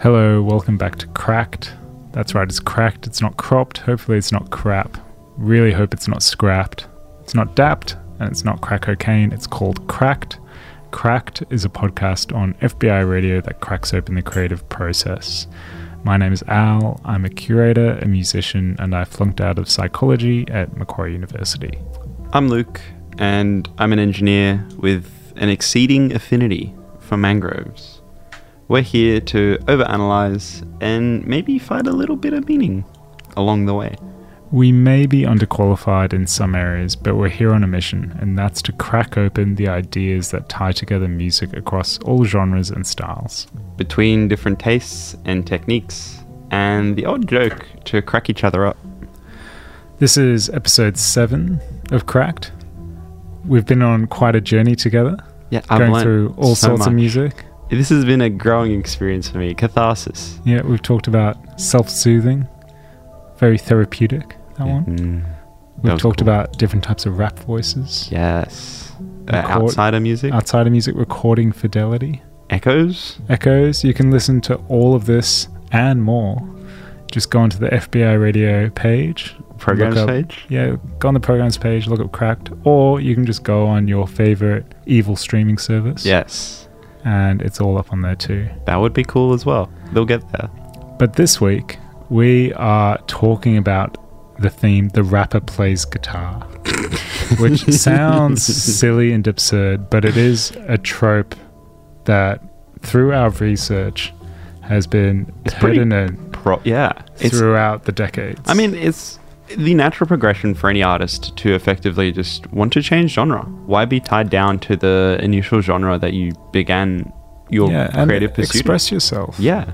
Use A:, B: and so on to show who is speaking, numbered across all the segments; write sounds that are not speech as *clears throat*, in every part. A: Hello, welcome back to Cracked. That's right, it's cracked, it's not cropped. Hopefully, it's not crap. Really hope it's not scrapped. It's not dapped, and it's not crack cocaine. It's called Cracked. Cracked is a podcast on FBI radio that cracks open the creative process. My name is Al. I'm a curator, a musician, and I flunked out of psychology at Macquarie University.
B: I'm Luke, and I'm an engineer with an exceeding affinity for mangroves. We're here to overanalyze and maybe find a little bit of meaning along the way.
A: We may be underqualified in some areas, but we're here on a mission, and that's to crack open the ideas that tie together music across all genres and styles.
B: Between different tastes and techniques, and the odd joke to crack each other up.
A: This is episode 7 of Cracked. We've been on quite a journey together,
B: Yeah, I've
A: going
B: learned
A: through all
B: so
A: sorts of
B: much.
A: music.
B: This has been a growing experience for me. Catharsis.
A: Yeah, we've talked about self soothing, very therapeutic, that one.
B: Mm,
A: We've
B: was
A: talked
B: cool.
A: about different types of rap voices,
B: Yes. Uh,
A: Record-
B: outsider music.
A: outside of music, recording fidelity.
B: Echoes.
A: echoes. You can listen to all of this and more. Just go onto the FBI radio page.
B: Programs
A: up-
B: page.
A: Yeah, go on the programs page, look up Cracked, or you can just go on your favorite evil streaming service.
B: Yes.
A: And it's all up on there too.
B: That would be cool as well. They'll get there.
A: But this week, we are talking about the theme The Rapper Plays
B: *laughs*
A: Guitar, which sounds silly and absurd, but it is a trope that, through our research, has been
B: It's pretty
A: pertinent
B: Pro- yeah. It's
A: throughout the decades.
B: I mean, it's the natural progression for any artist to effectively just want to change genre. Why be tied down to the initial genre that you began your
A: and
B: creative pursuit? of?
A: Express yourself.
B: yeah,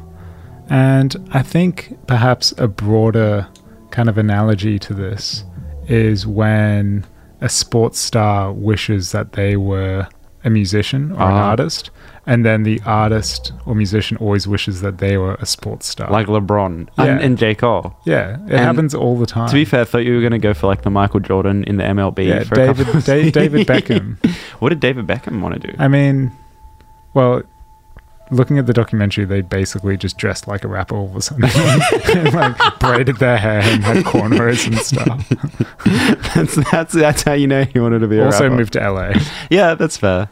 A: And I think perhaps a broader kind of analogy to this is when a sports star wishes that they were a musician or an
B: Ah.
A: artist, and then the artist or musician always wishes that they were a sports star.
B: like LeBron
A: Yeah.
B: and, and J. Cole.
A: yeah, it
B: and
A: happens all the time.
B: To be fair, I thought you were going to go for like the Michael Jordan in the MLB.
A: yeah,
B: for a couple
A: David,
B: of
A: da- David
B: seasons.
A: Beckham.
B: *laughs* What did David Beckham want
A: *laughs*
B: to do?
A: I mean, well, looking at the documentary, they basically just dressed like a rapper all of a sudden, *laughs* and like braided their hair and had cornrows and stuff.
B: that's, that's that's how you know he wanted to be a
A: also
B: rapper.
A: moved to LA.
B: Yeah, that's fair.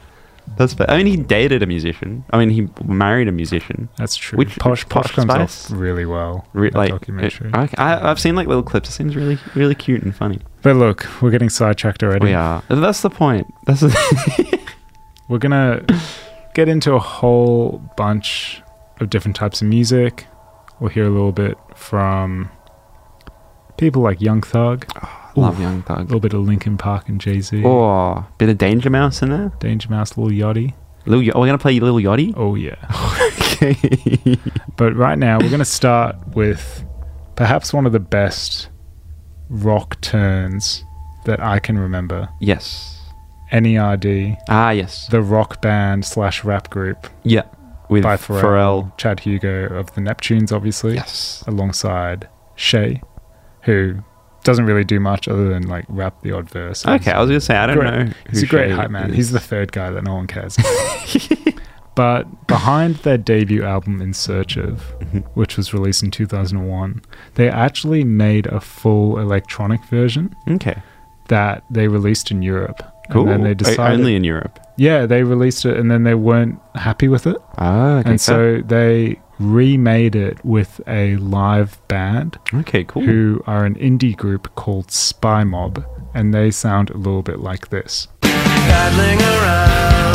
B: That's fair. I mean, he dated a musician. I mean, he married a musician.
A: *laughs* That's true.
B: Which-
A: posh posh,
B: Posh
A: comes
B: Spice?
A: off really well. in
B: Re-
A: that
B: like, uh,
A: documentary.
B: I, I, I've seen like little clips. It seems really, really cute and funny.
A: but look, we're getting sidetracked already.
B: We are. That's the point. That's the, *laughs*
A: We're gonna get into a whole bunch of different types of music. We'll hear a little bit from people like Young Thug,
B: love
A: Ooh.
B: Young
A: a
B: Thug.
A: little bit of Linkin Park and Jay Z,
B: Oh, bit of Danger Mouse in there.
A: Danger Mouse, Lil Yachty.
B: Lil, Yo- we're gonna play Lil Yachty.
A: Oh yeah.
B: Okay.
A: But right now, we're going to start with perhaps one of the best rock turns that I can remember.
B: *laughs*
A: E
B: yes.
A: NERD,
B: Ah, yes.
A: the rock band slash rap group
B: Yeah. With
A: by
B: Pharrell.
A: Pharrell, Chad Hugo of the Neptunes, obviously,
B: Yes.
A: alongside Shay, who doesn't really do much other than like rap the odd verse.
B: Okay, I was gonna say I don't
A: Great.
B: know. who
A: He's a great
B: Shay
A: hype man.
B: is.
A: He's the third guy that no one
B: *laughs*
A: cares. about. but behind their debut album In Search of,
B: Mm-hmm.
A: which was released in 2001, they actually made a full electronic version
B: okay.
A: that they released in Europe.
B: Cool.
A: And then they
B: O-
A: decided,
B: only in Europe.
A: yeah, they released it and then they weren't happy with it.
B: Ah, okay.
A: and
B: fair.
A: so they remade it with a live band
B: okay, cool.
A: who are an indie group called Spy Mob, and they sound a little bit like this.
C: paddling around,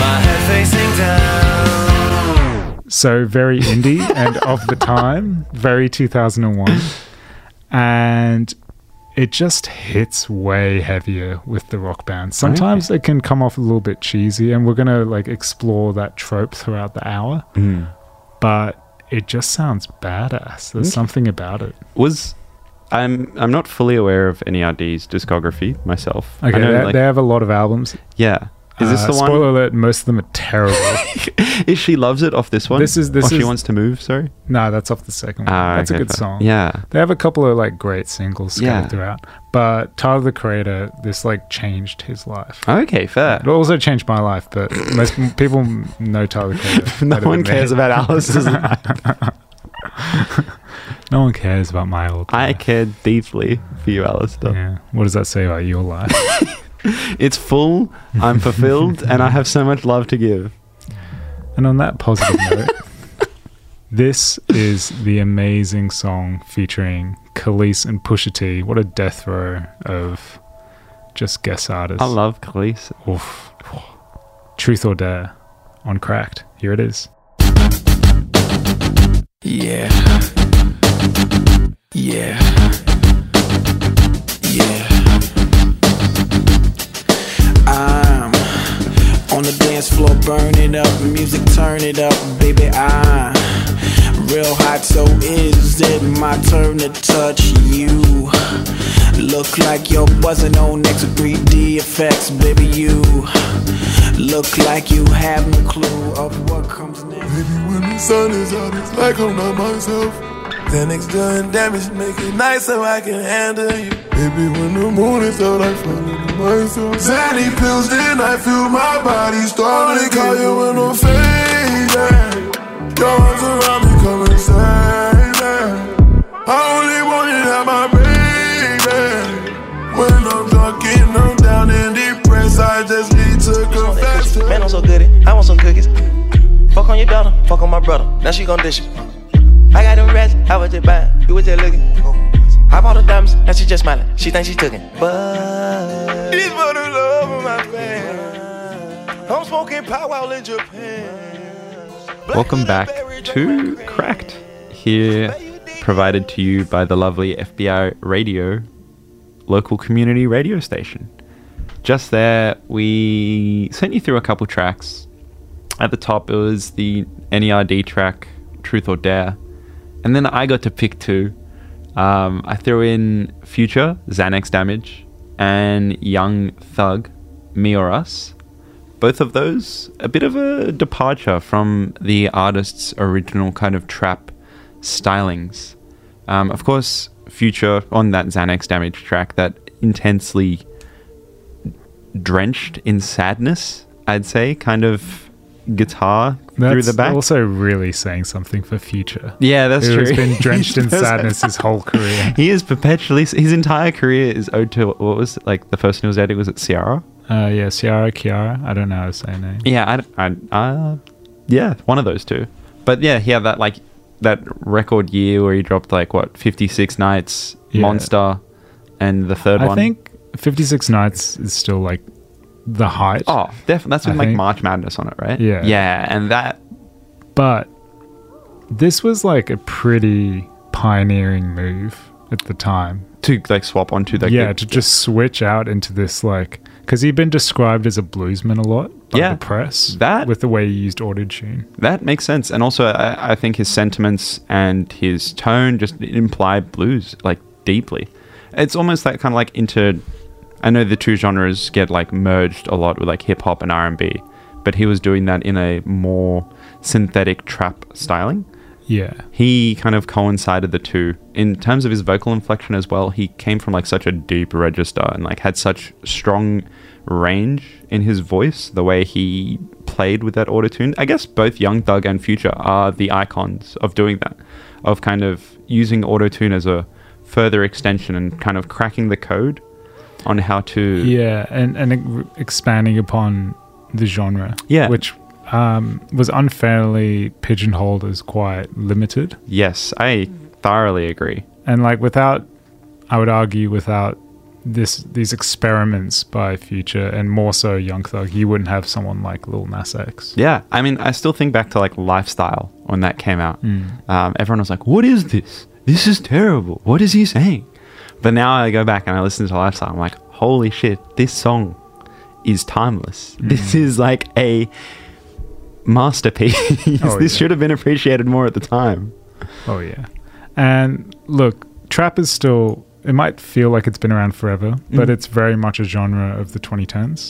C: my head facing down.
A: So very
B: *laughs*
A: indie and of the time, very 2001. And it just hits way heavier with the rock band. Sometimes it can come off a little bit cheesy and we're going to like explore that trope throughout the hour,
B: Mm.
A: but it just sounds badass. There's something about it.
B: was I'm I'm not fully aware of NERD's discography myself. I
A: Okay,
B: know,
A: they,
B: like-
A: they have a lot of albums.
B: yeah. Is this
A: Uh,
B: the one? *laughs*
A: Spoiler alert: most of them are terrible.
B: Is she loves it off this one?
A: This is- this
B: Or she
A: is-
B: wants to move. Sorry.
A: nah, that's off the second one.
B: Ah,
A: that's
B: okay,
A: a good
B: fair.
A: song.
B: Yeah.
A: They have a couple of like great singles scattered
B: Yeah.
A: throughout, but Tyler the Creator, this like changed his life.
B: Okay, fair.
A: *laughs* It also changed my life, but most m- people m- know Tyler the Creator.
B: *laughs* No
A: better
B: one
A: than me.
B: cares
A: *laughs*
B: about Alice's life.
A: No one cares about my old.
B: *laughs* I
A: life.
B: cared deeply for you, Alistair.
A: Yeah. What does that say about your life?
B: It's full, I'm
A: *laughs*
B: fulfilled, and I have so much love to give.
A: and on that positive *laughs* note, this is the amazing song featuring Khalees and Pusha T. What a death row of just guest artists.
B: I love Khalees.
A: Oof. Truth or Dare on Cracked. Here it is.
D: Yeah. Yeah. Yeah. I'm on the dance floor, burn it up, music turn it up, baby. I'm real hot, so is it my turn to touch you? Look like you're buzzing on next 3D effects, baby. You look like you have no clue of what comes next.
E: Maybe when the sun is out, it's like I'm not myself. Xanax doing damage, make it nice so I can handle you. Maybe when the moon is out, I fall into myself. Xanny pills, then I feel my body starting to call you when I'm fading. Your arms around me, come inside. I only want you to have my baby. When I'm drunk and I'm down and depressed, I just need to confess. to
F: Man, I'm so good at, I want some cookies. Fuck on your daughter, fuck on my brother. Now she gon' dish it. I got them rats, I was just buying, you was just looking. I bought her diamonds, now she just smiling. She thinks she took it. But
E: It's for the love of my fans. I'm smoking powwow in Japan.
B: Welcome back to Cracked, here provided to you by the lovely FBI radio, local community radio station. Just there, we sent you through a couple tracks. At the top, it was the NERD track, Truth or Dare. And then I got to pick two. Um, I threw in Future, Xanax Damage, and Young Thug, Me or Us both of those a bit of a departure from the artist's original kind of trap stylings. Um, of course, Future on that Xanax Damage track, that intensely drenched in sadness, I'd say, kind of guitar
A: That's
B: through the back.
A: also really saying something for future.
B: yeah, that's
A: who
B: true.
A: has been
B: *laughs*
A: drenched in
B: That's-
A: sadness his whole career.
B: He is perpetually. His entire career is owed to what was it, like the person who was dating was it Ciara?
A: Uh, yeah, Ciara, Kiara. I don't know how to say her name.
B: Yeah, I, I, uh, yeah, one of those two. But yeah, he had that like that record year where he dropped like what fifty six nights,
A: Yeah.
B: Monster, and the third
A: I
B: one.
A: think 56 Nights is still like the height.
B: Oh, definitely. That's with
A: I
B: like
A: think-
B: March Madness on it, right?
A: Yeah.
B: Yeah, and that.
A: But this was like a pretty pioneering move at the time.
B: To like swap onto like
A: yeah,
B: the-
A: to just switch out into this like because he'd been described as a bluesman a lot by
B: Yeah.
A: the press.
B: That-
A: with the way he used auto tune.
B: that makes sense, and also I, I think his sentiments and his tone just imply blues like deeply. It's almost that kind of like into. I know the two genres get like merged a lot with like hip hop and R and B, but he was doing that in a more synthetic trap styling.
A: Yeah,
B: He kind of coincided the two in terms of his vocal inflection as well. He came from like such a deep register and like had such strong range in his voice. The way he played with that autotune. I guess both Young Thug and Future are the icons of doing that, of kind of using autotune as a further extension and kind of cracking the code on how to
A: yeah, and and e- expanding upon the genre.
B: Yeah.
A: which um, was unfairly pigeonholed as quite limited.
B: Yes, I thoroughly agree.
A: and like without i would argue without this these experiments by future and more so young thug you wouldn't have someone like lil nas x
B: Yeah, I mean, I still think back to like Lifestyle when that came out. Um, everyone was like, "What is this? This is terrible. What is he saying?" But now I go back and I listen to Lifestyle. I'm like, "Holy shit, this song is timeless. This is like a masterpiece. *laughs*
A: Oh,
B: this
A: yeah.
B: should have been appreciated more at the time."
A: oh yeah and look trap is still It might feel like it's been around forever,
B: Mm.
A: but it's very much a genre of the 2010s.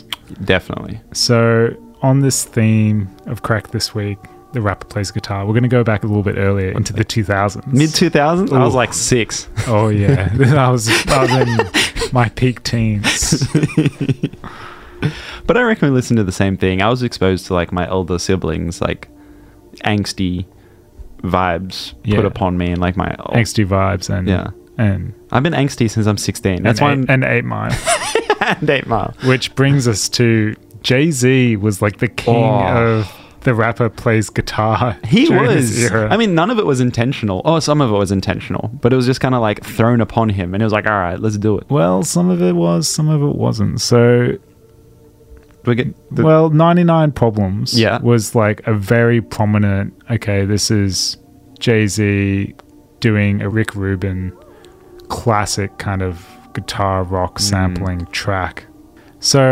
B: Definitely.
A: So, on this theme of crack this week, the rapper plays guitar. We're going to go back a little bit earlier into the 2000s.
B: Mid 2000s? I was
A: Ooh.
B: like six.
A: *laughs* Oh yeah, I was I was in my peak
B: *laughs*
A: teens.
B: *laughs* But I reckon we listened to the same thing. I was exposed to like my elder siblings, like angsty vibes
A: Yeah.
B: put upon me, and like my old,
A: Angsty vibes and
B: Yeah.
A: and
B: I've been angsty since I'm 16. That's
A: and
B: why
A: eight,
B: I'm
A: and eight mile,
B: and *laughs* eight
A: *laughs*
B: mile.
A: which brings us to Jay Z was like the king
B: Oh.
A: of the rapper plays guitar.
B: He
A: during this *laughs*
B: was.
A: era.
B: I mean, none of it was intentional. Oh, some of it was intentional, but it was just kind of like thrown upon him, and it was like, all right, let's do it.
A: well, some of it was, some of it wasn't. So,
B: We get the,
A: well, ninety nine problems.
B: Yeah.
A: was like a very prominent. Okay, this is Jay Z doing a Rick Rubin classic kind of guitar rock
B: Mm.
A: sampling track. So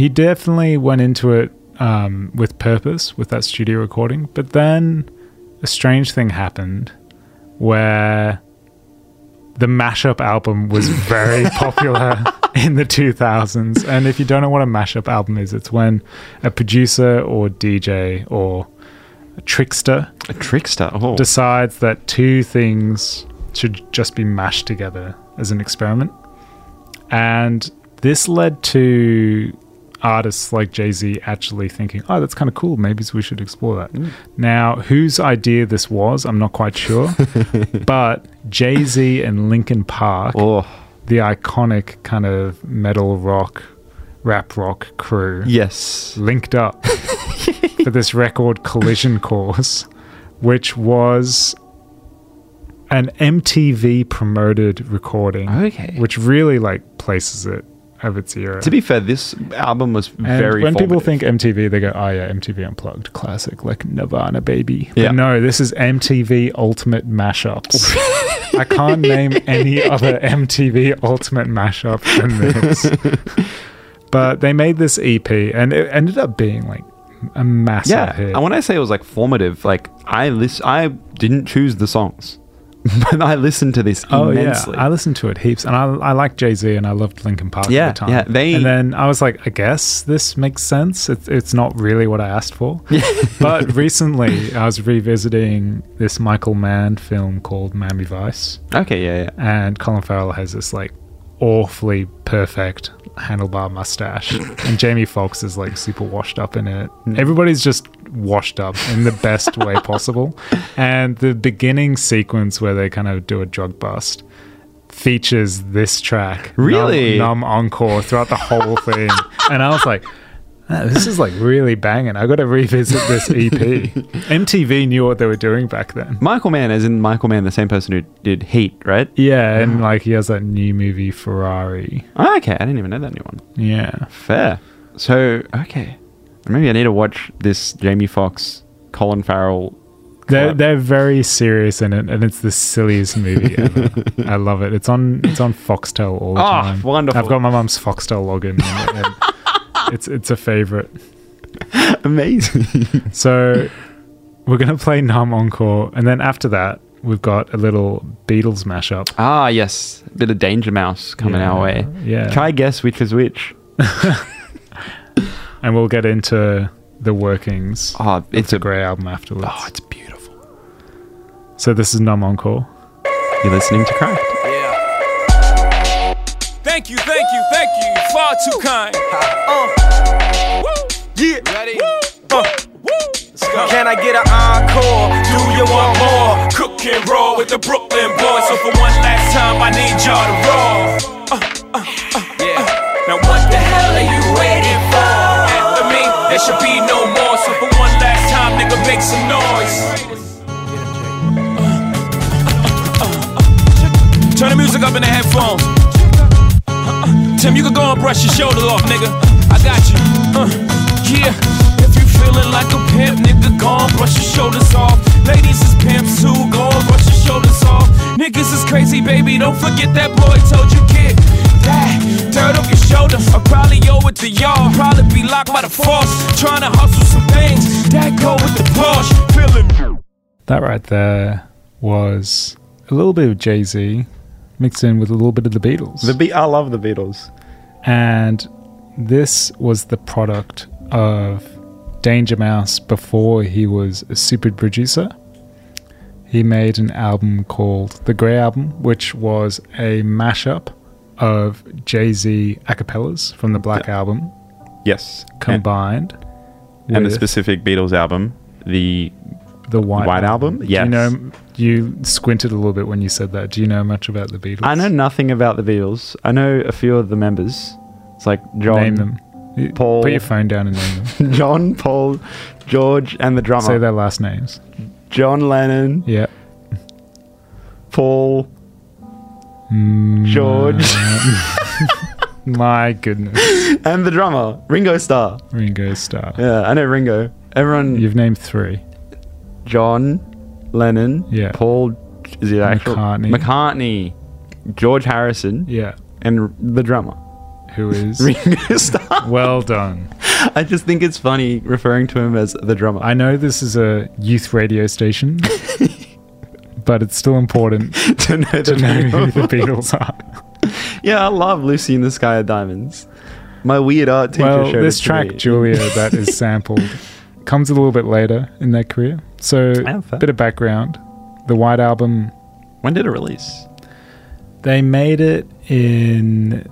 A: he definitely went into it um, with purpose with that studio recording. But then a strange thing happened where the mashup album was very popular in the 2000s. And if you don't know what a mashup album is, it's when a producer or DJ or a trickster
B: a trickster. Oh,
A: decides that two things should just be mashed together as an experiment. And this led to artists like Jay Z actually thinking, oh, that's kind of cool. Maybe we should explore that. Now, whose idea this was, I'm not quite sure. but Jay Z and Linkin Park,
B: oh,
A: the iconic kind of metal rock, rap rock crew,
B: yes.
A: linked up for this record collision course, which was an MTV promoted recording.
B: Okay.
A: Which really like places it of its era.
B: To be fair, this album was
A: and
B: very.
A: when people
B: formative.
A: think MTV, they go, "Oh yeah, MTV Unplugged, classic, like Nirvana, baby."
B: Yeah.
A: But no, this is MTV Ultimate Mashups. I can't name
B: *laughs*
A: any other MTV Ultimate Mashup than this. but they made this EP, and it ended up being like a massive
B: yeah,
A: hit.
B: and when I say it was like formative, like I list, I didn't choose the songs, *laughs* but I listened to this
A: Oh
B: immensely.
A: yeah, I listened to it heaps, and I, I like Jay Z, and I loved Linkin Park
B: Yeah,
A: at the time.
B: yeah, they-
A: and then I was like, I guess this makes sense. It's it's not really what I asked
B: *laughs*
A: for, but recently I was revisiting this Michael Mann film called Mammy Vice,
B: okay, yeah, yeah.
A: and Colin Farrell has this like awfully perfect handlebar mustache, and Jamie Foxx is like super washed up in it. Everybody's just washed up in the best way possible, and the beginning sequence where they kind of do a drug bust features this track Numb-
B: Really?
A: numb, encore throughout the whole thing, and I was like. "Ah, this is like really banging. I got to revisit this E EP. MTV knew what they were doing back then.
B: Michael Mann, as in Michael Mann, the same person who did Heat, right?
A: Yeah, and like he has that new movie Ferrari.
B: Oh, okay, I didn't even know that new one.
A: Yeah.
B: Fair. So okay, maybe I need to watch this Jamie Foxx, Colin Farrell.
A: They're
B: Club.
A: they're very serious in it and it's the silliest movie
B: *laughs*
A: ever. I love it. It's on it's on Foxtel all the
B: Oh,
A: time.
B: wonderful.
A: I've got my mum's Foxtel login and, and
B: *laughs*
A: it's it's a favorite.
B: *laughs* Amazing.
A: So we're gonna play Numb Encore and then after that we've got a little Beatles mashup.
B: ah, yes, bit of Danger Mouse coming
A: Yeah,
B: our way.
A: yeah.
B: Try guess which is which.
A: And we'll get into the workings of
B: Ah. Oh, it's
A: the
B: a
A: Grey album afterwards.
B: Oh, it's beautiful.
A: so this is Numb Encore.
B: You're listening to Cracked.
G: Thank you, thank you, thank you. Far too kind.
C: Uh. Ready? Can I get an encore?
G: Uh. Do you want more? Cook and roll with the Brooklyn boys. So for one last time, I need y'all to Uh, roll. uh, Now what the hell are you waiting for? After me, there should be no more. So for one last time, nigga, make some noise. Uh, Turn the music up in the headphones. Tim, you can go and brush your shoulder off, nigga. I got you. Uh, yeah. If you feeling like a pimp, nigga, go and brush your shoulders off. Ladies is pimps too, go and brush your shoulders off. Niggas is crazy, baby. Don't forget that boy told you get that dirt off your shoulder. I probably owe it to y'all. Probably be locked by the force. Trying to hustle some things. That go with the Porsche. Feeling
A: That right there was a little bit of Jay Z, mixed in with a little bit of the Beatles.
B: The Be- I love the Beatles.
A: and this was the product of Danger Mouse before he was a super producer. He made an album called The Grey Album, which was a mashup of Jay Z acapellas from the Black Album
B: Yes. And,
A: combined
B: and a
A: with
B: specific Beatles album, the
A: the White,
B: White Album.
A: Do
B: Yes.
A: you know, you squinted a little bit when you said that. Do you know much about the Beatles?
B: I know nothing about the Beatles. I know a few of the members. It's like John,
A: Name them. You-
B: Paul.
A: Put your phone down and name them.
B: *laughs* John, Paul, George, and the drummer.
A: Say their last names.
B: John Lennon,
A: Yeah.
B: Paul, Hmm. George,
A: My goodness. *laughs*
B: and the drummer, Ringo Starr.
A: Ringo Starr.
B: Yeah, I know Ringo. Everyone,
A: You've named three.
B: John Lennon,
A: Yeah.
B: Paul, is it actual
A: McCartney.
B: McCartney, George Harrison,
A: Yeah.
B: and the drummer, *laughs*
A: Who is?
B: Ringo Starr.
A: well done.
B: I just think it's funny referring to him as the drummer. *laughs*
A: I know this is a youth radio station, but it's still important
B: to know
A: *laughs*
B: the
A: to know who
B: *laughs* drummer.
A: the Beatles are.
B: Yeah, I love Lucy in the Sky of Diamonds. My weird art teacher
A: well,
B: showed
A: this
B: it to
A: track,
B: me.
A: Julia, that is sampled, comes a little bit later in their career. So,
B: Oh, fair.
A: bit of background. The White Album,
B: When did it release?
A: they made it in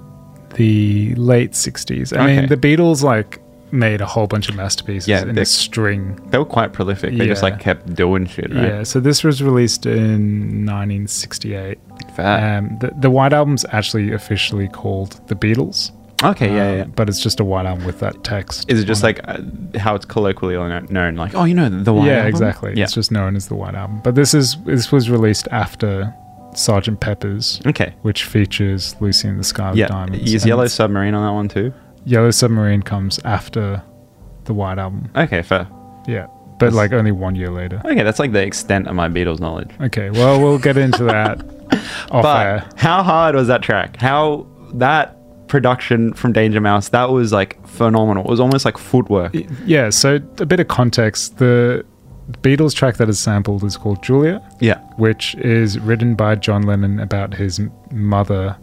A: the late 60s. I mean,
B: Okay.
A: the Beatles, like, made a whole bunch of masterpieces
B: Yeah,
A: in
B: they-
A: a string
B: They were quite prolific. They just
A: Yeah.
B: like kept doing shit, right?
A: Yeah, so this was released in 1968.
B: Fair.
A: Um, the, the White Album's actually officially called The Beatles,
B: okay, yeah, yeah.
A: um, but it's just a White Album with that text.
B: Is it just
A: on
B: like uh, how it's colloquially kno- known? Like, oh, you know, the one.
A: yeah, exactly.
B: Yeah.
A: It's just known as the White Album. But this is this was released after Sergeant Pepper's,
B: okay.
A: which features Lucy in the Sky with
B: Yeah.
A: Diamonds.
B: Is
A: and
B: Yellow
A: it's-
B: Submarine on that one too?
A: Yellow Submarine comes after the White Album.
B: Okay, fair.
A: Yeah, but like only one year later.
B: Okay, that's like the extent of my Beatles knowledge.
A: Okay, well we'll get into
B: *laughs*
A: that off
B: But
A: air.
B: how hard was that track? How that production from Danger Mouse, that was like phenomenal. It was almost like footwork.
A: Yeah, so a bit of context. The Beatles track that is sampled is called Julia,
B: Yeah.
A: which is written by John Lennon about his m- mother,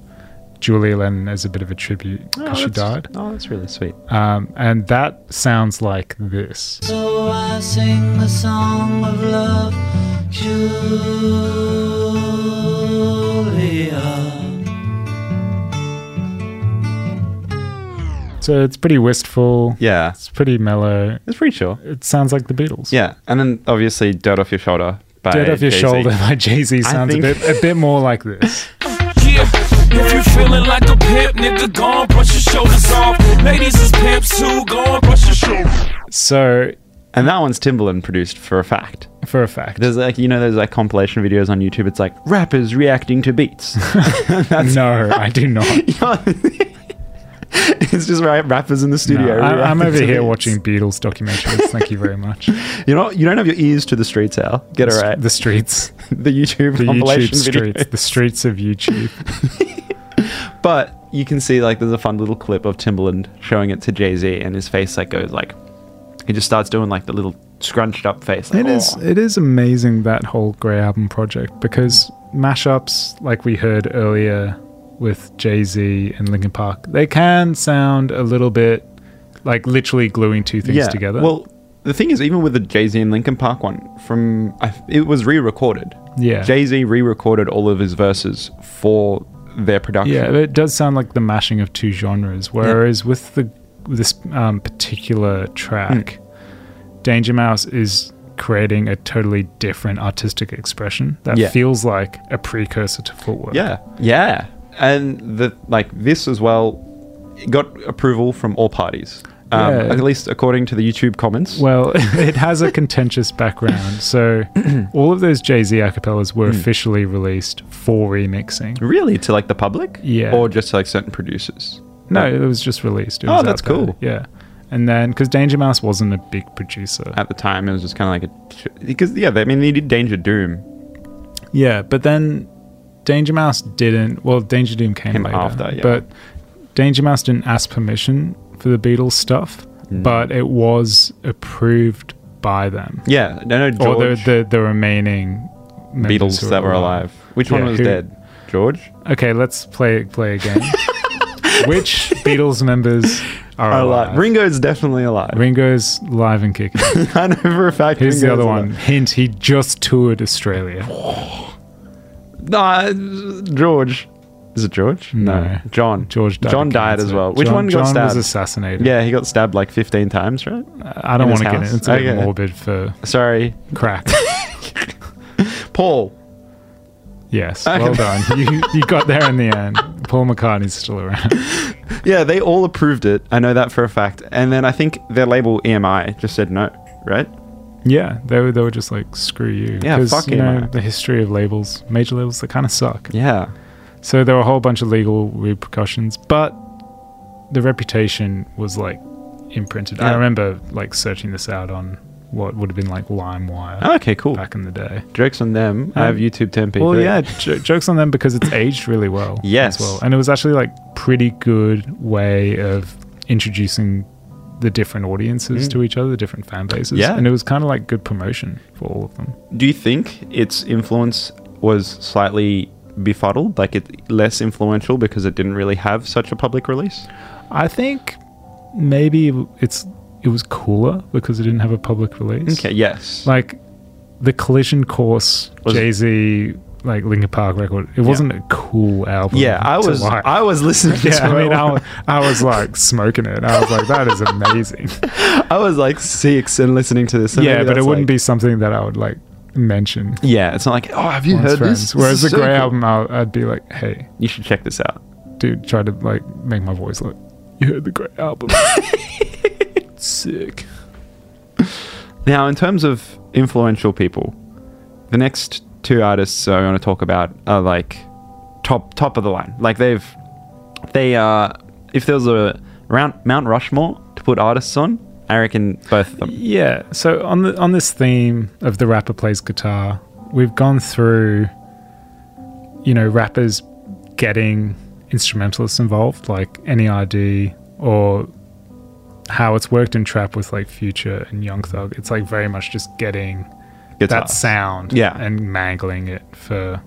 A: Julia Lennon, as a bit of a tribute
B: Oh,
A: because she
B: that's-
A: died.
B: Oh, that's really sweet.
A: Um, and that sounds like this.
H: So I sing the song of love, Julia.
A: So it's pretty wistful.
B: Yeah.
A: It's pretty mellow.
B: It's pretty sure.
A: It sounds like the Beatles.
B: Yeah. And then obviously Dirt Off Your Shoulder. By
A: Dead off your
B: Jay-Z.
A: shoulder by Jay Z
B: I
A: sounds a
B: think-
A: bit a bit more like
B: *laughs*
A: this.
G: Yeah, if you feeling like a pimp, nigga, go and brush your shoulders off. Ladies is pimps too, go and brush your shoulders.
A: So
B: And that one's Timbaland produced for a fact.
A: for a fact,
B: There's like you know there's like compilation videos on YouTube. It's like rappers reacting
A: *laughs*
B: to beats.
A: no, I do
B: *laughs*
A: not.
B: it's just right rappers in the studio.
A: No, I, am
B: reacting
A: over
B: to
A: here
B: beats.
A: watching Beatles documentaries. Thank you very
B: *laughs*
A: much.
B: You know you don't have your ears to the streets, Al. Get it right.
A: The *laughs* streets,
B: The, YouTube
A: the YouTube
B: compilation video.
A: streets, the streets of YouTube.
B: *laughs* But you can see like there's a fun little clip of Timbaland showing it to Jay Z, and his face like goes like he just starts doing like the little scrunched up face.
A: *laughs*
B: Like,
A: It is.
B: "Oh."
A: It is amazing that whole Grey Album project because mashups, like we heard earlier with Jay Z and Linkin Park, they can sound a little bit like literally gluing two things together.
B: Well, the thing is, even with the Jay Z and Linkin Park one, from I, it was re-recorded.
A: Yeah.
B: Jay Z re-recorded all of his verses for their production.
A: yeah, but it does sound like the mashing of two genres. Whereas with the this um, particular
B: Hmm.
A: track, Danger Mouse is creating a totally different artistic expression that
B: Yeah.
A: feels like a precursor to footwork.
B: yeah, yeah, and the like this as well it got approval from all parties. Um,
A: Yeah.
B: At least according to the YouTube comments.
A: Well, *laughs* it has a contentious
B: *clears throat*
A: background. So all of those Jay Z acapellas were
B: Hmm.
A: officially released for remixing.
B: Really, to like the public,
A: Yeah.
B: or just to like certain producers.
A: No, it was just released. It
B: Oh,
A: was out
B: that's
A: there.
B: cool.
A: Yeah. And then, because Danger Mouse wasn't a big producer.
B: At the time, it was just kind of like a because yeah, they, I mean they did Danger Doom.
A: Yeah, but then Danger Mouse didn't. Well, Danger Doom came,
B: Came
A: later,
B: after, yeah.
A: But Danger Mouse didn't ask permission for the Beatles stuff,
B: Mm.
A: but it was approved by them.
B: Yeah, I know
A: or the,
B: George
A: the, the remaining members
B: Beatles
A: who
B: that were alive. Which one
A: Yeah,
B: was
A: who-
B: dead? George.
A: Okay, let's play play
B: *laughs*
A: again. Which Beatles members are
B: Are
A: Oh, alive?
B: alive. Ringo's definitely alive.
A: Ringo's live and kicking.
B: *laughs* I know for a fact.
A: Here's the
B: Ringo's
A: other
B: alive.
A: one. Hint: He just toured Australia.
B: Nah, George. Is it George?
A: No.
B: John.
A: George died.
B: John
A: of
B: died as
A: cancer.
B: well. Which
A: John-
B: one got
A: John
B: stabbed?
A: was assassinated.
B: yeah, he got stabbed like 15 times, right?
A: I don't
B: in
A: want
B: his
A: to get
B: house?
A: it. It's a bit
B: Okay.
A: morbid for
B: Sorry. *laughs*
A: crack.
B: Paul.
A: Yes. Well done. You you got there in the end. Paul McCartney's still around. *laughs*
B: Yeah, they all approved it. I know that for a fact. And then I think their label EMI just said no, right?
A: Yeah, they were they were just like screw you.
B: Yeah,
A: 'Cause,
B: fuck
A: you know
B: EMI.
A: the history of labels, major labels, they kind of suck.
B: Yeah.
A: So there were a whole bunch of legal repercussions, but the reputation was like imprinted. I
B: Yeah.
A: remember like searching this out on what would have been like LimeWire
B: Ah, Okay, cool.
A: back in the day.
B: Jokes on them. I have YouTube 10p.
A: Well, yeah, j- jokes on them because it's aged really well.
B: Yes.
A: as well, and it was actually like pretty good way of introducing the different audiences to each other, the different fan bases.
B: Mm. Yeah.
A: and it was kind of like good promotion for all of them.
B: Do you think its influence was slightly befuddled, like it less influential because it didn't really have such a public release?
A: I think maybe it's it was cooler because it didn't have a public release.
B: Okay, yes.
A: like the collision course
B: Was-
A: Jay Z like Linkin Park record. It wasn't a cool album.
B: yeah, I
A: to
B: was
A: like.
B: I was listening
A: *laughs*
B: to
A: yeah, I
B: *laughs*
A: mean,
B: it.
A: I was, I was like smoking it. I was like, that is amazing.
B: I was like six and listening to this. so
A: yeah,
B: maybe
A: but it
B: that's
A: wouldn't
B: like-
A: be something that I would like mention.
B: Yeah, it's not like, oh, have you
A: amongst
B: heard
A: friends.
B: this? This
A: Whereas
B: is
A: the
B: so
A: Grey
B: cool."
A: album, I'll, I'd be like, hey,
B: You should check this out.
A: dude, try to like make my voice look. You heard the Grey
B: *laughs*
A: album. Sick.
B: Now, in terms of influential people, the next two artists I want to talk about are like top top of the line. Like they've they are if there was a round Mount Rushmore to put artists on, I reckon both of them.
A: Yeah. So on the on this theme of the rapper plays guitar, we've gone through you know, rappers getting instrumentalists involved, like NERD or how it's worked in trap with like Future and Young Thug. It's like very much just getting that
B: Guitars.
A: sound
B: Yeah.
A: and mangling it for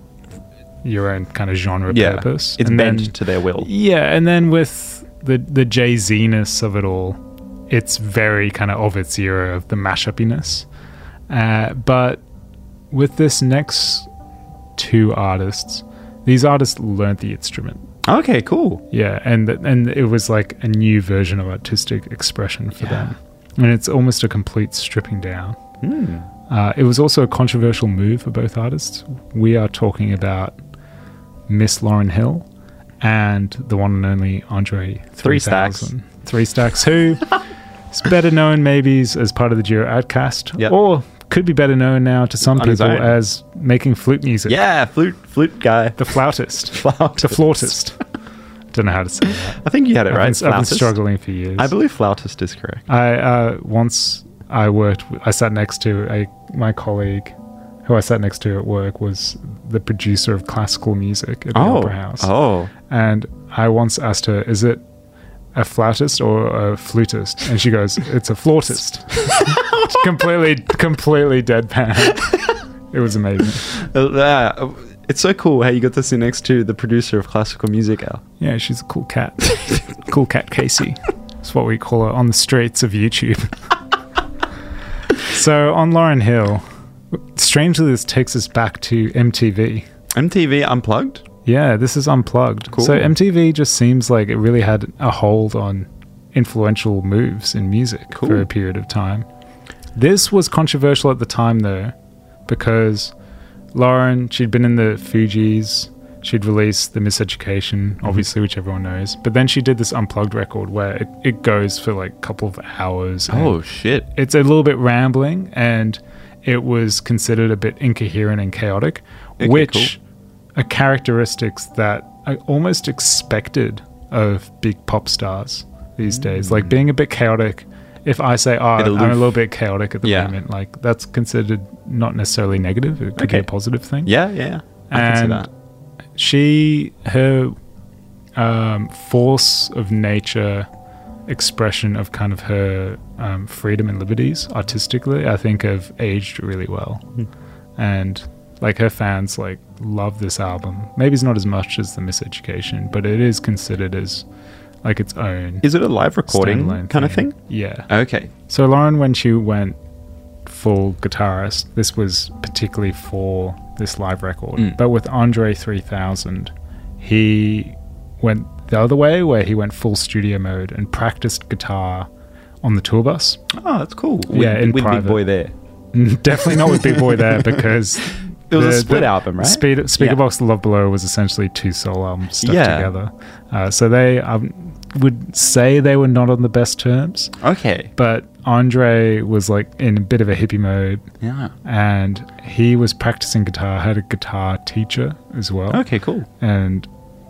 A: your own kind of genre
B: yeah,
A: purpose.
B: it's
A: And then-
B: bent to their will.
A: yeah, and then with the the Jay Z-ness of it all, it's very kind of of its era of the mashupiness. Uh, but with this next two artists, these artists learnt the instrument.
B: Okay, cool.
A: Yeah, and th- and it was like a new version of artistic expression for them, and it's almost a complete stripping down.
B: Hmm.
A: Uh, it was also a controversial move for both artists. We are talking about Miss Lauren Hill and the one and only Andre
B: Three Stacks.
A: 3000. Three Stacks, who is better known maybe as- as part of the duo Outcast,
B: Yep.
A: or could be better known now to some
B: On his
A: people
B: own.
A: as making flute music.
B: Yeah, flute flute guy.
A: The flautist.
B: *laughs* Flautist.
A: The flautist. Don't know how to say that.
B: I think you had it
A: I've,
B: right.
A: been, I've been
B: flautist.
A: struggling for years.
B: I believe flautist is correct.
A: I uh, once I worked. w- I sat next to a my colleague, who I sat next to at work was the producer of classical music at the Opera House.
B: oh,
A: And I once asked her, "Is it a flautist or a flutist?" And she goes, "It's a
B: *laughs*
A: flautist." *laughs* It's completely, completely deadpan. It was amazing.
B: Uh, uh, it's so cool how you got to sit next to the producer of classical music, Al.
A: Yeah, she's a cool cat. *laughs* cool cat Casey. That's what we call her on the streets of YouTube. *laughs* so on Lauren Hill, strangely, this takes us back to MTV.
B: MTV Unplugged.
A: Yeah, this is unplugged.
B: Cool.
A: So MTV just seems like it really had a hold on influential moves in music for
B: Cool.
A: a period of time. This was controversial at the time though, because Lauren, she'd been in the Fugees, she'd released the
B: Mm-hmm.
A: Miseducation, obviously, which everyone knows. But then she did this unplugged record where it, it goes for like a couple of hours. and
B: Oh, shit!
A: it's a little bit rambling and it was considered a bit incoherent and chaotic,
B: Okay,
A: which are characteristics that are almost expected of big pop stars these days. Like being a bit chaotic. If I say, oh, I'm a
B: Mm. aloof.
A: little bit chaotic at the
B: Yeah.
A: moment, like that's considered not necessarily negative. It could be
B: Okay.
A: a positive thing
B: Yeah, yeah. I can see
A: And-
B: that.
A: she her um, force of nature expression of kind of her um,
B: Hmm.
A: freedom and liberties artistically i think have aged really well and Like her fans like love this album. Maybe it's not as much as the Miseducation, but it is considered as like its own
B: Is it a live recording
A: standalone
B: kind of thing?
A: Yeah.
B: Okay.
A: So Lauren, when she went full guitarist, this was particularly for this live record.
B: Mm.
A: But with Andre 3000, he went the other way, where he went full studio mode and practiced guitar on the tour bus. *laughs*
B: Oh, that's cool.
A: Yeah,
B: with,
A: in
B: with Big
A: private.
B: Boy there.
A: Definitely not with Big Boy
B: *laughs*
A: there because.
B: It was a split album, right?
A: Speed,
B: Yeah.
A: Speakerbox The Love Below was essentially two solo albums stuck
B: Yeah.
A: together. Uh, so they um, would say they were not on the best terms,
B: Okay.
A: but Andre was like in a bit of a hippie mode
B: Yeah.
A: and he was practicing guitar, had a guitar teacher as well.
B: Okay, cool.
A: And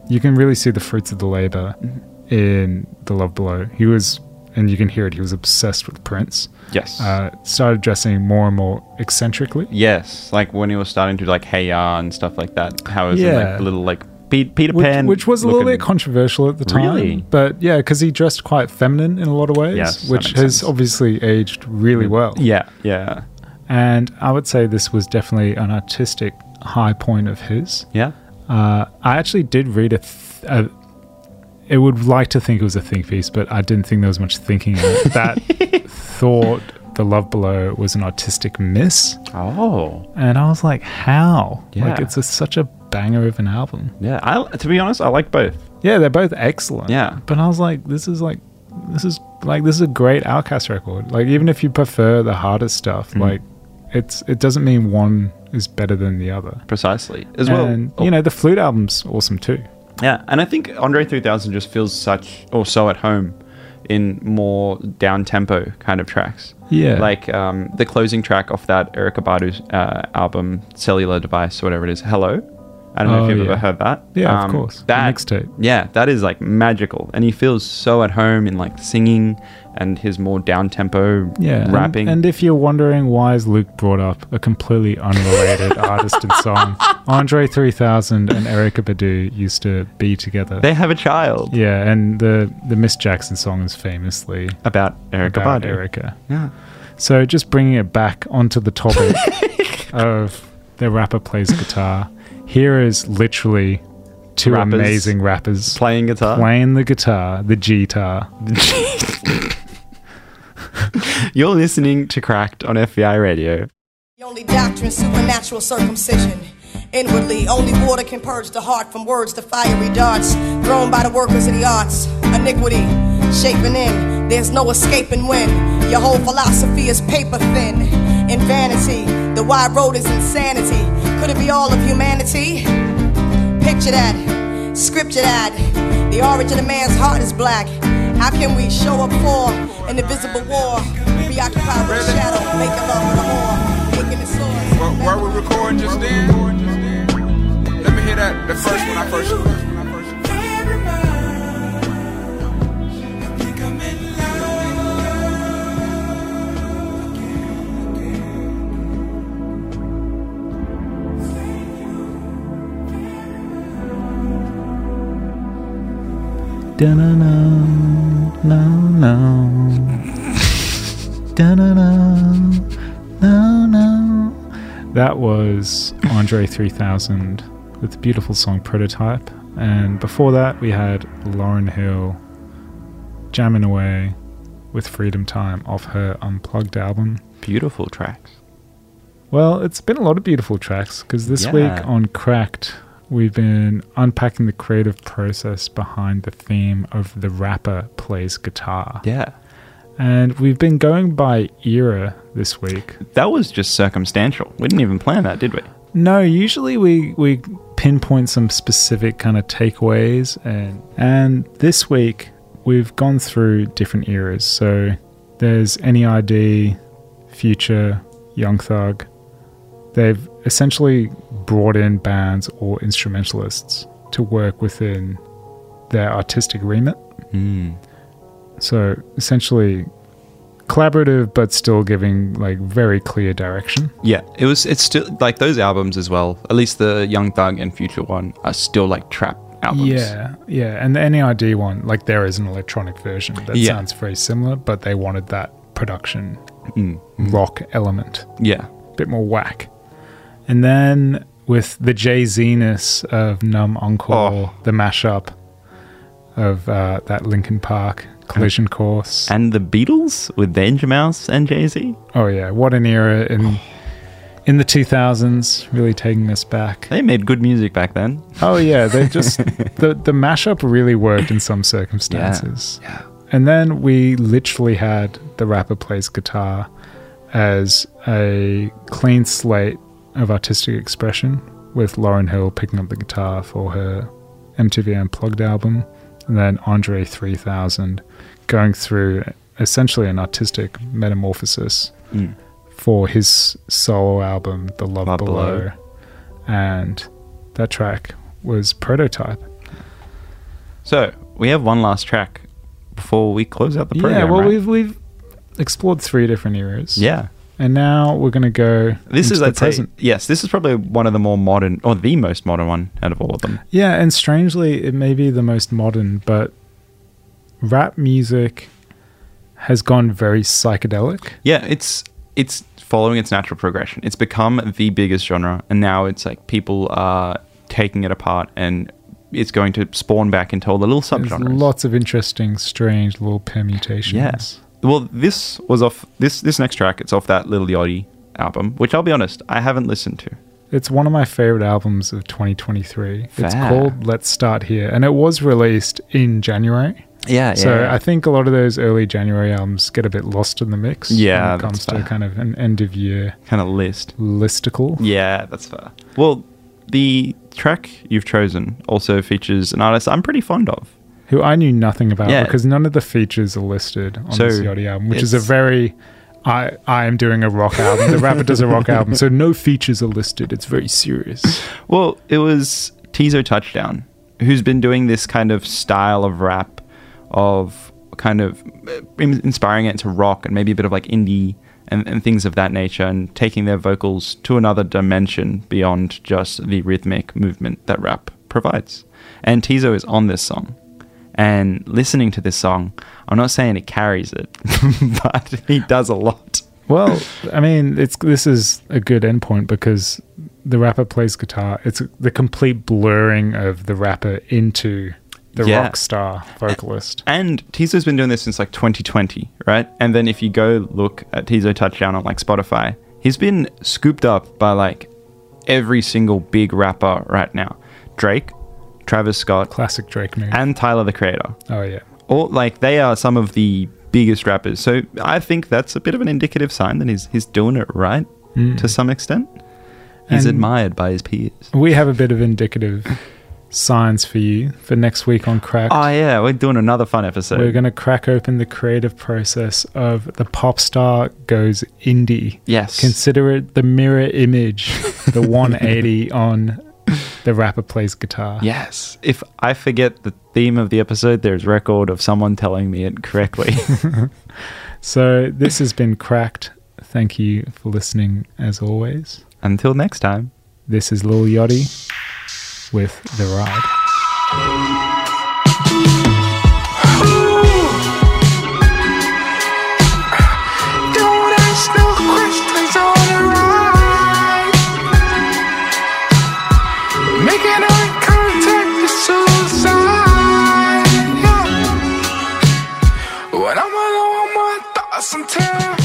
A: you can really see the fruits of the labor
B: Mm-hmm.
A: in The Love Below. He was, and you can hear it, he was obsessed with Prince.
B: Yes.
A: Uh, started dressing more and more eccentrically.
B: yes. Like when he was starting to do like Hey Ya and stuff like that. How it was in,
A: Yeah.
B: like little like Pe- Peter
A: Which,
B: Pan.
A: which was a little
B: looking-
A: bit controversial at the time,
B: Really?
A: but yeah, because he dressed quite feminine in a lot of ways,
B: Yes, that
A: which
B: makes
A: has
B: sense. Mm.
A: obviously aged really well.
B: Yeah. Yeah.
A: and I would say this was definitely an artistic high point of his.
B: Yeah.
A: Uh, I actually did read a. Th- a it would like to think it was a think piece, but I didn't think there was much thinking in it. That thought the love below was an artistic miss,
B: Oh.
A: and I was like, how? Like
B: Yeah.
A: it's a, such a banger of an album.
B: Yeah. I, to be honest, I like both.
A: Yeah, they're both excellent.
B: Yeah.
A: but I was like, this is like, this is like this is a great Outcast record. Like even if you prefer the hardest stuff,
B: Mm.
A: like it's it doesn't mean one is better than the other.
B: Precisely. As
A: and
B: well. oh,
A: you know the flute album's awesome too.
B: Yeah, and I think Andre 3000 just feels such or so at home in more down tempo kind of tracks.
A: Yeah.
B: Like um, the closing track off that Erica Badu's uh, album, Cellular Device, or whatever it is, Hello. I don't know
A: Oh,
B: if you've
A: yeah.
B: ever heard that. Um,
A: Yeah, of course. The
B: That
A: mixtape.
B: Yeah, that is like magical, and he feels so at home in like singing and his more down tempo
A: yeah, and-
B: rapping.
A: And, if you're wondering why is Luke brought up a completely
B: *laughs*
A: unrelated artist and song, Andre 3000 and Erica Badu used to be together.
B: they have a child
A: yeah, and the the Miss Jackson song is famously
B: about Erica
A: about
B: Badu.
A: Erica.
B: Yeah.
A: So just bringing it back onto the
B: *laughs*
A: topic of the rapper plays guitar. Here is literally two
B: Rappers.
A: amazing rappers
B: Playing guitar.
A: playing the guitar, the
B: *laughs*
A: guitar.
B: You're listening to Cracked on FBI Radio.
I: The only doctrine, supernatural circumcision. Inwardly, only water can purge the heart from words to fiery darts thrown by the workers of the arts. Iniquity, shaping in, there's no escaping when your whole philosophy is paper thin. In vanity, the wide road is insanity. Could it be all of humanity? Picture that, scripture that. The origin of man's heart is black. How can we show up for an invisible war? Preoccupied with shadow, making love with a whore, making the sword.
C: Where, where we recording just then? Let me hear that, the first one I first.
A: That was Andre 3000 with the beautiful song Prototype. And before that, we had Lauren Hill jamming away with Freedom Time off her Unplugged album.
B: Beautiful tracks.
A: Well, it's been a lot of beautiful tracks because this
B: Yeah.
A: week on Cracked, we've been unpacking the creative process behind the theme of the rapper plays guitar.
B: Yeah.
A: And we've been going by era this week.
B: That was just circumstantial. We didn't even plan that, did we?
A: No, usually we we pinpoint some specific kind of takeaways and and this week we've gone through different eras. So there's NEID, Future, Young Thug. They've essentially brought in bands or instrumentalists to work within their artistic remit. So essentially collaborative but still giving like very clear direction.
B: Yeah. It was it's still like those albums as well. At least the Young Thug and Future one are still like trap albums.
A: Yeah, yeah, and the NEID one, like there is an electronic version that
B: Yeah.
A: sounds very similar, but they wanted
B: Mm.
A: that production rock element,
B: Yeah.
A: bit more whack. And then with the Jay Z-ness of Numb Encore,
B: Oh.
A: the mashup of uh, that Linkin Park collision course.
B: And the Beatles with Danger Mouse and Jay Z.
A: oh yeah, what an era
B: Oh.
A: in in the 2000s, really taking us back.
B: They made good music back then.
A: Oh yeah, *laughs* they just the the mashup really worked in some circumstances. Yeah. And then we literally had the rapper plays guitar as a clean slate of artistic expression with Lauren Hill picking up the guitar for her MTV Unplugged album and then Andre 3000 going through essentially an artistic metamorphosis for his solo album The Love,
B: Hmm. Love
A: Below.
B: Below.
A: and that track was Prototype.
B: So we have one last track before we close out the program.
A: yeah, well
B: right?
A: we've we've explored three different eras.
B: yeah.
A: And now we're going to go
B: This
A: into
B: is
A: the
B: I'd say,
A: present.
B: yes, this is probably one of the more modern or the most modern one out of all of them.
A: Yeah, and strangely, it may be the most modern, but rap music has gone very psychedelic.
B: Yeah, it's it's following its natural progression. It's become the biggest genre, and now it's like people are taking it apart, and it's going to spawn back into all the little
A: There's
B: subgenres.
A: lots of interesting, strange little permutations.
B: Yes. Well, this was off this this next track. It's off that Little Yachty album, which I'll be honest, I haven't listened to.
A: It's one of my favorite albums of 2023. It's
B: Fair.
A: called Let's Start Here, and it was released in January.
B: Uh, Yeah,
A: so I think a lot of those early January albums get a bit lost in the mix
B: Yeah,
A: when it comes
B: that's fair.
A: to kind of an end of year
B: kind of list.
A: listicle.
B: Yeah, that's fair. Well, the track you've chosen also features an artist I'm pretty fond of.
A: who I knew nothing about
B: Yeah.
A: because none of the features are listed on
B: So,
A: this Yachty album, which is a
B: it's-
A: very I I am doing a rock album. The rapper does a rock album, so no features are listed. It's very serious.
B: Well, it was Tizo Touchdown, who's been doing this kind of style of rap, of kind of uh, in- inspiring it to rock and maybe a bit of like indie and, and things of that nature, and taking their vocals to another dimension beyond just the rhythmic movement that rap provides. And Tizo is on this song. And listening to this song, I'm not saying it carries it, *laughs* but he does a lot.
A: Well, I mean, it's this is a good endpoint because the rapper plays guitar. It's the complete blurring of the rapper into the
B: Yeah.
A: rock star vocalist.
B: And Tizo's been doing this since like 2020, right? And then if you go look at Tizo Touchdown on like Spotify, he's been scooped up by like every single big rapper right now Drake, Travis Scott,
A: Classic Drake move.
B: and Tyler the Creator.
A: oh yeah.
B: All like they are some of the biggest rappers. So I think that's a bit of an indicative sign that he's, he's doing it right to some extent. He's
A: Mm. And-
B: admired by his peers.
A: We have a bit of indicative signs for you for next week on Cracked.
B: Oh, yeah, we're doing another fun episode.
A: We're going to crack open the creative process of the pop star goes indie.
B: Yes.
A: Consider it the mirror image, the 180 on the rapper plays
B: *laughs*
A: guitar.
B: Yes. If I forget the theme of the episode, there's record of someone telling me it correctly. *laughs*
A: So this has been cracked. Thank you for listening as always.
B: Until next time.
A: This is Lil Yachty with The Ride.
E: Don't ask no questions on the ride. Making eye contact is suicide. Yeah. When I'm alone, my thoughts sometimes.